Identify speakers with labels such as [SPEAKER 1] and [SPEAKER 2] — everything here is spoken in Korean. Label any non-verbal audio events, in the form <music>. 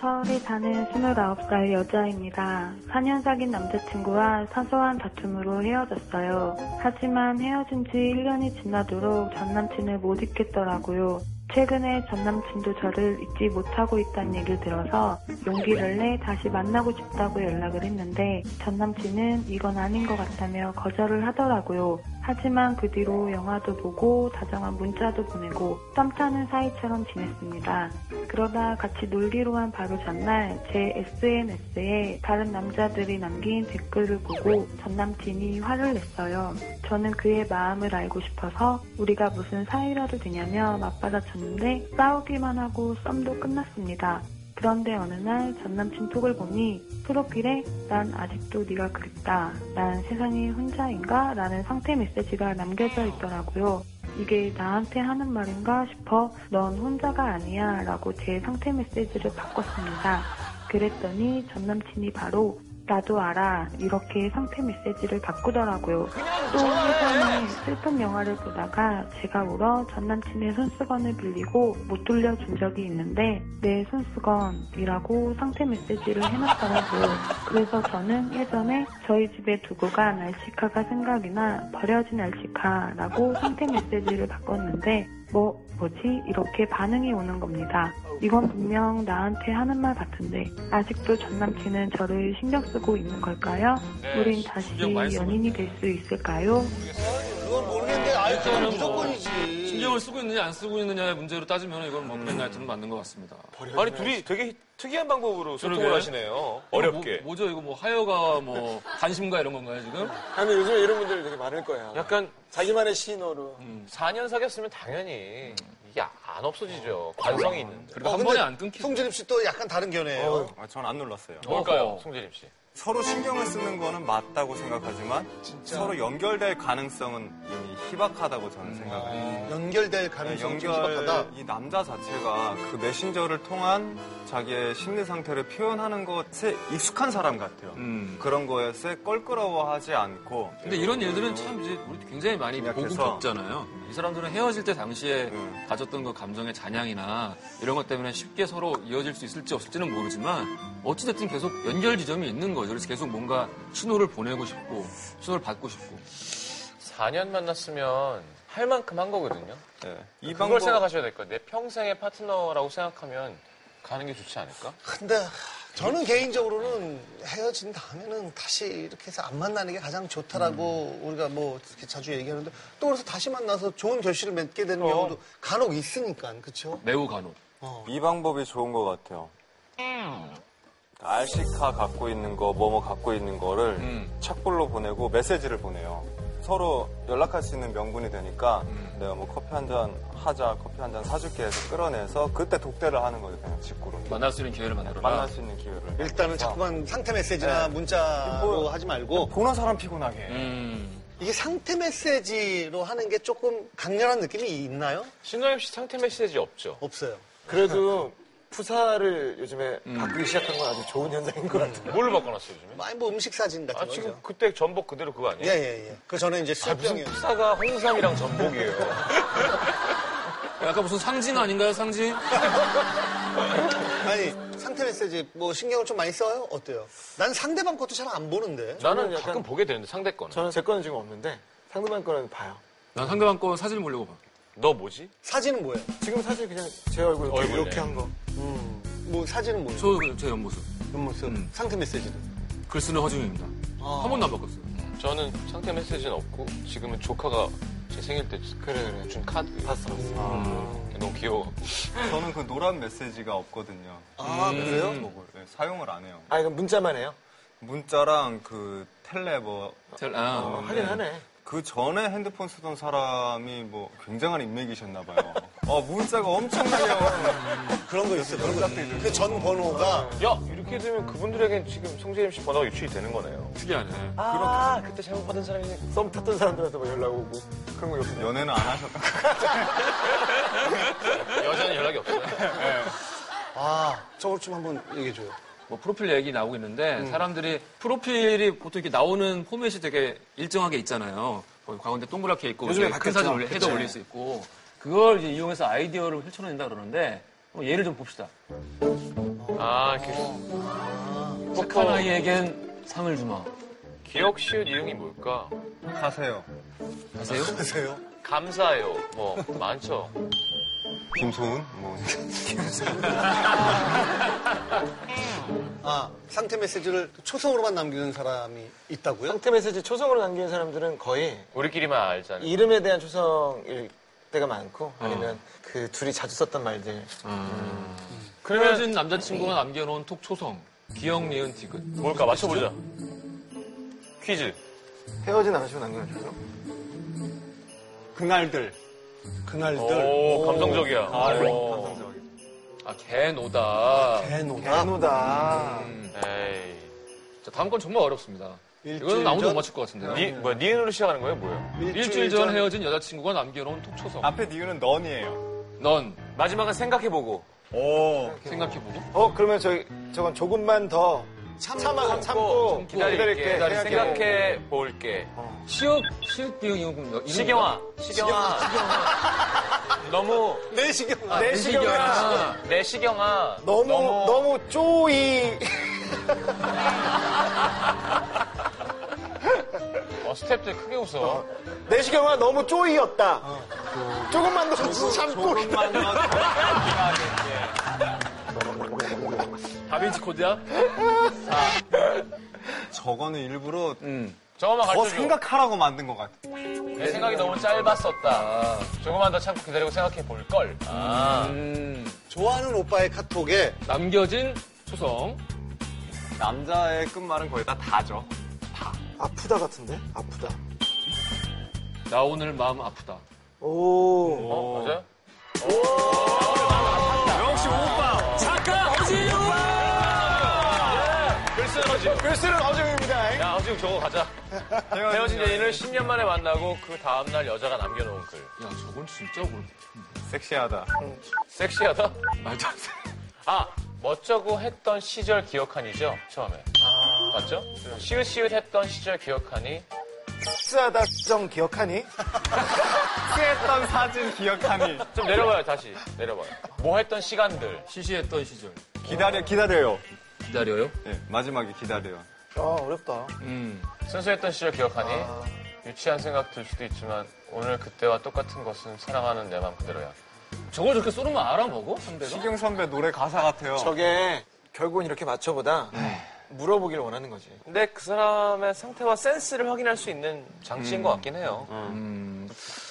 [SPEAKER 1] 사는 29살 여자입니다. 4년 사귄 남자친구와 사소한 다툼으로 헤어졌어요. 하지만 헤어진 지 1년이 지나도록 전남친을 못 잊겠더라고요. 최근에 전남친도 저를 잊지 못하고 있다는 얘기를 들어서 용기를 내 다시 만나고 싶다고 연락을 했는데 전남친은 이건 아닌 것 같다며 거절을 하더라고요. 하지만 그 뒤로 영화도 보고 다정한 문자도 보내고 썸 타는 사이처럼 지냈습니다. 그러다 같이 놀기로 한 바로 전날 제 SNS에 다른 남자들이 남긴 댓글을 보고 전 남친이 화를 냈어요. 저는 그의 마음을 알고 싶어서 우리가 무슨 사이라도 되냐며 맞받아쳤는데 싸우기만 하고 썸도 끝났습니다. 그런데 어느 날 전 남친 톡을 보니 프로필에 난 아직도 네가 그립다. 난 세상에 혼자인가? 라는 상태 메시지가 남겨져 있더라고요. 이게 나한테 하는 말인가 싶어 넌 혼자가 아니야 라고 제 상태 메시지를 바꿨습니다. 그랬더니 전 남친이 바로 나도 알아 이렇게 상태 메시지를 바꾸더라고요. 또 회사에 슬픈 영화를 보다가 제가 울어 전 남친의 손수건을 빌리고 못 돌려준 적이 있는데 내 손수건이라고 상태 메시지를 해놨더라고요. 그래서 저는 예전에 저희 집에 두고 간 알치카가 생각이나 버려진 알치카라고 상태 메시지를 바꿨는데 뭐 뭐지 이렇게 반응이 오는 겁니다. 이건 분명 나한테 하는 말 같은데 아직도 전 남친은 저를 신경 쓰고 있는 걸까요?
[SPEAKER 2] 네,
[SPEAKER 1] 우린 다시
[SPEAKER 2] 신경 많이 쓰고
[SPEAKER 1] 연인이 될 수 있을까요?
[SPEAKER 3] 그건 모르겠는데 아유 그건 무조건이지.
[SPEAKER 2] 신경을 쓰고 있느냐 안 쓰고 있느냐의 문제로 따지면 이건 뭐 맨날 틀은 맞는 것 같습니다.
[SPEAKER 4] 아니 둘이 되게 특이한 방법으로 소통을
[SPEAKER 2] 그러게요.
[SPEAKER 4] 하시네요. 어렵게.
[SPEAKER 2] 이거 뭐, 죠 이거 뭐 하여가 뭐 관심과 이런 건가요 지금?
[SPEAKER 3] 아니 요즘 이런 분들 되게 많을 거야.
[SPEAKER 4] 약간
[SPEAKER 3] 자기만의 신호로.
[SPEAKER 4] 4년 사귀었으면 당연히 이게 안 없어지죠. 관성이 있는데.
[SPEAKER 2] 그리고 한 번에 안 끊기죠.
[SPEAKER 5] 송진입 씨 또 약간 다른 견해예요.
[SPEAKER 6] 아, 전 안 놀랐어요.
[SPEAKER 4] 뭘까요,
[SPEAKER 2] 어허.
[SPEAKER 4] 송재림 씨?
[SPEAKER 6] 서로 신경을 쓰는 거는 맞다고 생각하지만 서로 연결될 가능성은 이미 희박하다고 저는 생각을 해요.
[SPEAKER 5] 음.
[SPEAKER 4] 어.
[SPEAKER 5] 아,
[SPEAKER 6] 네,
[SPEAKER 5] 연결될 가능성이 좀 희박하다.
[SPEAKER 6] 이 남자 자체가 그 메신저를 통한 자기의 심리 상태를 표현하는 것에 익숙한 사람 같아요.
[SPEAKER 2] 음.
[SPEAKER 6] 그런 거에서 껄끄러워하지 않고
[SPEAKER 2] 근데 이런 일들은 참 이제 우리 굉장히 많이 보고
[SPEAKER 6] 약해서.
[SPEAKER 2] 겪잖아요. 이 사람들은 헤어질 때 당시에
[SPEAKER 6] 음.
[SPEAKER 2] 가졌던 그 감정의 잔향이나 이런 것 때문에 쉽게 서로 이어질 수 있을지 없을지는 모르지만 어찌됐든 계속 연결 지점이 있는 거죠. 그래서 계속 뭔가 신호를 보내고 싶고 신호를 받고 싶고.
[SPEAKER 4] 4년 만났으면 할 만큼 한 거거든요.
[SPEAKER 6] 예, 이
[SPEAKER 4] 그걸 생각하셔야 될 거예요. 내 평생의 파트너라고 생각하면 가는 게 좋지 않을까?
[SPEAKER 5] 근데 저는 개인적으로는 헤어진 다음에는 다시 이렇게 해서 안 만나는 게 가장 좋다라고
[SPEAKER 4] 음.
[SPEAKER 5] 우리가 뭐 이렇게 자주 얘기하는데 또 그래서 다시 만나서 좋은 결실을 맺게
[SPEAKER 4] 어.
[SPEAKER 5] 되는 경우도 간혹 있으니까 어. 그렇죠?
[SPEAKER 4] 네.
[SPEAKER 2] 매우 간혹.
[SPEAKER 6] 이 방법이 좋은 것 같아요. 알시카 갖고 있는 거, 뭐뭐 갖고 있는 거를
[SPEAKER 2] 음.
[SPEAKER 6] 착불로 보내고 메시지를 보내요. 서로 연락할 수 있는 명분이 되니까
[SPEAKER 2] 음.
[SPEAKER 6] 내가 뭐 커피 한 잔 하자, 커피 한 잔 사줄게 해서 끌어내서 그때 독대를 하는 거예요, 그냥 직구로.
[SPEAKER 2] 만날 수 있는 기회를 만들어라.
[SPEAKER 6] 만날 수 있는 기회를.
[SPEAKER 5] 일단은 자꾸만 상태
[SPEAKER 4] 네.
[SPEAKER 5] 메시지나 문자로
[SPEAKER 6] 뭐-
[SPEAKER 5] 하지 말고
[SPEAKER 6] 보는 사람 피곤하게. 해.
[SPEAKER 2] 음.
[SPEAKER 5] 이게 상태 메시지로 하는 게 조금 강렬한 느낌이 있나요?
[SPEAKER 4] 신동엽 씨 상태 메시지 없죠?
[SPEAKER 5] 없어요.
[SPEAKER 3] 그래도 푸사를 요즘에
[SPEAKER 2] 음.
[SPEAKER 3] 바꾸기 시작한 건 아주 좋은 현상인 것 같아요.
[SPEAKER 4] 뭘로 바꿔놨어요, 요즘에?
[SPEAKER 5] 많이 뭐 음식 사진 같은
[SPEAKER 4] 아,
[SPEAKER 5] 거죠.
[SPEAKER 4] 지금 아, 그때 전복 그대로 그거 아니에요?
[SPEAKER 5] 예예예. 그 전에 이제 술병이요.
[SPEAKER 4] 사가 홍삼이랑 <laughs> 전복이에요.
[SPEAKER 2] 약간 무슨 상징 아닌가요, 상징?
[SPEAKER 5] 아니 상태 메시지 뭐 신경을 좀 많이 써요? 어때요? 난 상대방 것도 잘 안 보는데.
[SPEAKER 4] 나는
[SPEAKER 3] 약간-
[SPEAKER 4] 가끔 보게 되는데, 상대 거는.
[SPEAKER 3] 저는 제 거는 지금 없는데 상대방 거는 봐요.
[SPEAKER 2] 난 상대방 거 사진 보려고 봐.
[SPEAKER 4] 너 뭐지?
[SPEAKER 5] 사진은 뭐예요?
[SPEAKER 3] 지금 사실 그냥 제 얼굴 이렇게,
[SPEAKER 4] 얼굴,
[SPEAKER 3] 이렇게
[SPEAKER 4] 네.
[SPEAKER 3] 한 거.
[SPEAKER 5] 뭐 사진은 뭐예요? 그
[SPEAKER 2] 저제 옆모습.
[SPEAKER 5] 옆모습. 상태 메시지도.
[SPEAKER 2] 글 쓰는 허중입니다.
[SPEAKER 3] 아.
[SPEAKER 2] 한 번도 안 바꿨어요.
[SPEAKER 4] 저는 상태 메시지는 없고 지금은 조카가 제 생일 때 준 카드 봤어 너무 귀여워
[SPEAKER 6] 저는 그 노란 메시지가 없거든요.
[SPEAKER 5] 아 그래요?
[SPEAKER 6] 그걸, 네, 사용을 안 해요.
[SPEAKER 3] 아, 이건 문자만 해요?
[SPEAKER 6] 문자랑 그 텔레버
[SPEAKER 2] 텔- 아, 어.
[SPEAKER 3] 하긴 하네.
[SPEAKER 6] 그 전에 핸드폰 쓰던 사람이 뭐 굉장한 인맥이셨나 봐요. <laughs> 어 문자가 엄청나게 <laughs> 와요.
[SPEAKER 5] 그런 거 있어요. 그런 거. 그 전 번호가
[SPEAKER 4] 야 이렇게 되면 그분들에겐 지금 송재림 씨 번호가 유출이 되는 거네요
[SPEAKER 2] 특이하네.
[SPEAKER 3] 아, 그때 잘못 받은 사람이 썸 탔던 사람들한테 막 연락 오고 그런 거 옆에.
[SPEAKER 6] 연애는 안 하셨다.
[SPEAKER 4] 여자는 연락이 없어요
[SPEAKER 5] 아 저걸 좀 한번 얘기해 줘요.
[SPEAKER 2] 뭐 프로필 얘기 나오고 있는데
[SPEAKER 3] 음.
[SPEAKER 2] 사람들이 프로필이 보통 이렇게 나오는 포맷이 되게 일정하게 있잖아요. 뭐 가운데 동그랗게 있고
[SPEAKER 3] 요즘에
[SPEAKER 2] 이렇게 큰
[SPEAKER 3] 바뀌었죠.
[SPEAKER 2] 사진 올려, 해도
[SPEAKER 3] 그치.
[SPEAKER 2] 올릴 수 있고 그걸 이제 이용해서 아이디어를 펼쳐낸다 그러는데 한번 예를 좀 봅시다.
[SPEAKER 4] 아, 이렇게
[SPEAKER 3] 어.
[SPEAKER 2] 착한 아이에겐 상을 주마.
[SPEAKER 4] 기억 쉬운 이응이 뭘까?
[SPEAKER 6] 가세요.
[SPEAKER 2] 아세요?
[SPEAKER 5] 그러세요?
[SPEAKER 4] 감사해요. 뭐 많죠.
[SPEAKER 6] 김소은? 뭐.
[SPEAKER 5] 아, 상태 메시지를 초성으로만 남기는 사람이 있다고요?
[SPEAKER 3] 상태 메시지 초성으로 남기는 사람들은 거의
[SPEAKER 4] 우리끼리만 알잖아요.
[SPEAKER 3] 이름에 대한 초성일 때가 많고 아니면 그 둘이 자주 썼던 말들
[SPEAKER 2] 헤어진 남자친구가 남겨놓은 톡 초성. 기억 니은 티귿.
[SPEAKER 4] 뭘까 맞춰보자. 퀴즈.
[SPEAKER 3] 헤어진 남자친구 남기는 초성?
[SPEAKER 6] 그날들.
[SPEAKER 5] 그날들.
[SPEAKER 6] 어.
[SPEAKER 4] 오, 감성적이야. 네. 오.
[SPEAKER 6] 감성적이.
[SPEAKER 2] 아, 개노다.
[SPEAKER 5] 대노다.
[SPEAKER 6] 개노다.
[SPEAKER 4] 에이.
[SPEAKER 2] 자, 다음 건 정말 어렵습니다. 이거는
[SPEAKER 5] 일주일
[SPEAKER 2] 아무도 못
[SPEAKER 5] 전?
[SPEAKER 2] 맞출 것 같은데요.
[SPEAKER 4] 니, 뭐야, 니은으로 시작하는 거예요? 뭐예요?
[SPEAKER 2] 일주일 전 헤어진 여자친구가 남겨놓은 톡 초성.
[SPEAKER 6] 앞에 니은은 넌이에요.
[SPEAKER 2] 넌
[SPEAKER 4] 마지막은 생각해보고.
[SPEAKER 6] 오.
[SPEAKER 2] 생각해보고.
[SPEAKER 6] 어, 그러면 저희, 저건 조금만 더
[SPEAKER 5] 참고.
[SPEAKER 6] 참아, 참고,
[SPEAKER 4] 기다릴게.
[SPEAKER 6] 기다릴게.
[SPEAKER 4] 기다릴게.
[SPEAKER 6] 생각해.
[SPEAKER 4] 생각해볼게.
[SPEAKER 2] 시옷, 시옷 기억이 이건
[SPEAKER 4] 시경아. 시경아. 너무,
[SPEAKER 5] 내 시경. 아,
[SPEAKER 6] 내
[SPEAKER 2] 네,
[SPEAKER 6] 시경아.
[SPEAKER 4] 내 시경아.
[SPEAKER 6] 너무, 너무 쪼이.
[SPEAKER 4] 어, 스탭들 크게 웃어.
[SPEAKER 6] 내 시경아 너무 쪼이였다. 조금만 더 참고.
[SPEAKER 2] 다빈치 코드야?
[SPEAKER 6] 저거는 일부러
[SPEAKER 4] 저거만
[SPEAKER 6] 더
[SPEAKER 4] 가르쳐줘.
[SPEAKER 6] 생각하라고 만든 것 같아.
[SPEAKER 4] 내 생각이 너무
[SPEAKER 6] 아.
[SPEAKER 4] 짧았었다. 조금만 더 참고 기다리고 생각해볼 걸. 아.
[SPEAKER 2] 음,
[SPEAKER 5] 좋아하는 오빠의 카톡에
[SPEAKER 2] 남겨진 초성.
[SPEAKER 6] 남자의 끝말은 거의 다 다죠.
[SPEAKER 3] 아프다 같은데? 아프다
[SPEAKER 2] 나 오늘 마음 아프다.
[SPEAKER 3] 오
[SPEAKER 4] 어, 맞아요?
[SPEAKER 6] 역시 오빠.
[SPEAKER 4] 예. 글쓰 에너지.
[SPEAKER 6] 글쓰는 어정입니다.
[SPEAKER 4] 야, 지금 저거 가자.
[SPEAKER 6] 아,
[SPEAKER 4] 헤어진 연인을 10년 만에 만나고 그 다음날 여자가 남겨놓은 글.
[SPEAKER 2] 야, 저건 진짜 모르겠다.
[SPEAKER 6] 섹시하다.
[SPEAKER 4] 섹시하다?
[SPEAKER 2] 말도 안 돼.
[SPEAKER 4] 아, 멋져고 했던 시절 기억하니죠? 처음에. 맞죠? 시읒시읒 했던 시절 기억하니.
[SPEAKER 6] 섹시하다 정 <laughs> 기억하니? 섹시했던 사진 <laughs> 기억하니?
[SPEAKER 4] 좀 내려봐요, 다시. 내려봐요. 뭐 했던 시간들.
[SPEAKER 2] 시시했던 시절.
[SPEAKER 6] 기다려, 기다려요.
[SPEAKER 2] 기다려요?
[SPEAKER 6] 예, 마지막에 기다려요.
[SPEAKER 3] 아, 어렵다
[SPEAKER 2] 음.
[SPEAKER 4] 순수했던 시절 기억하니. 유치한 생각 들 수도 있지만 오늘 그때와 똑같은 것은 사랑하는 내 맘 그대로야.
[SPEAKER 2] 저걸 저렇게 쏘는 건 알아먹어? 상대가?
[SPEAKER 6] 시경 선배 노래 가사 같아요.
[SPEAKER 3] 저게 결국은 이렇게 맞춰보다 물어보기를 원하는 거지
[SPEAKER 4] 근데 그 사람의 상태와 센스를 확인할 수 있는 장치인 것 같긴 해요.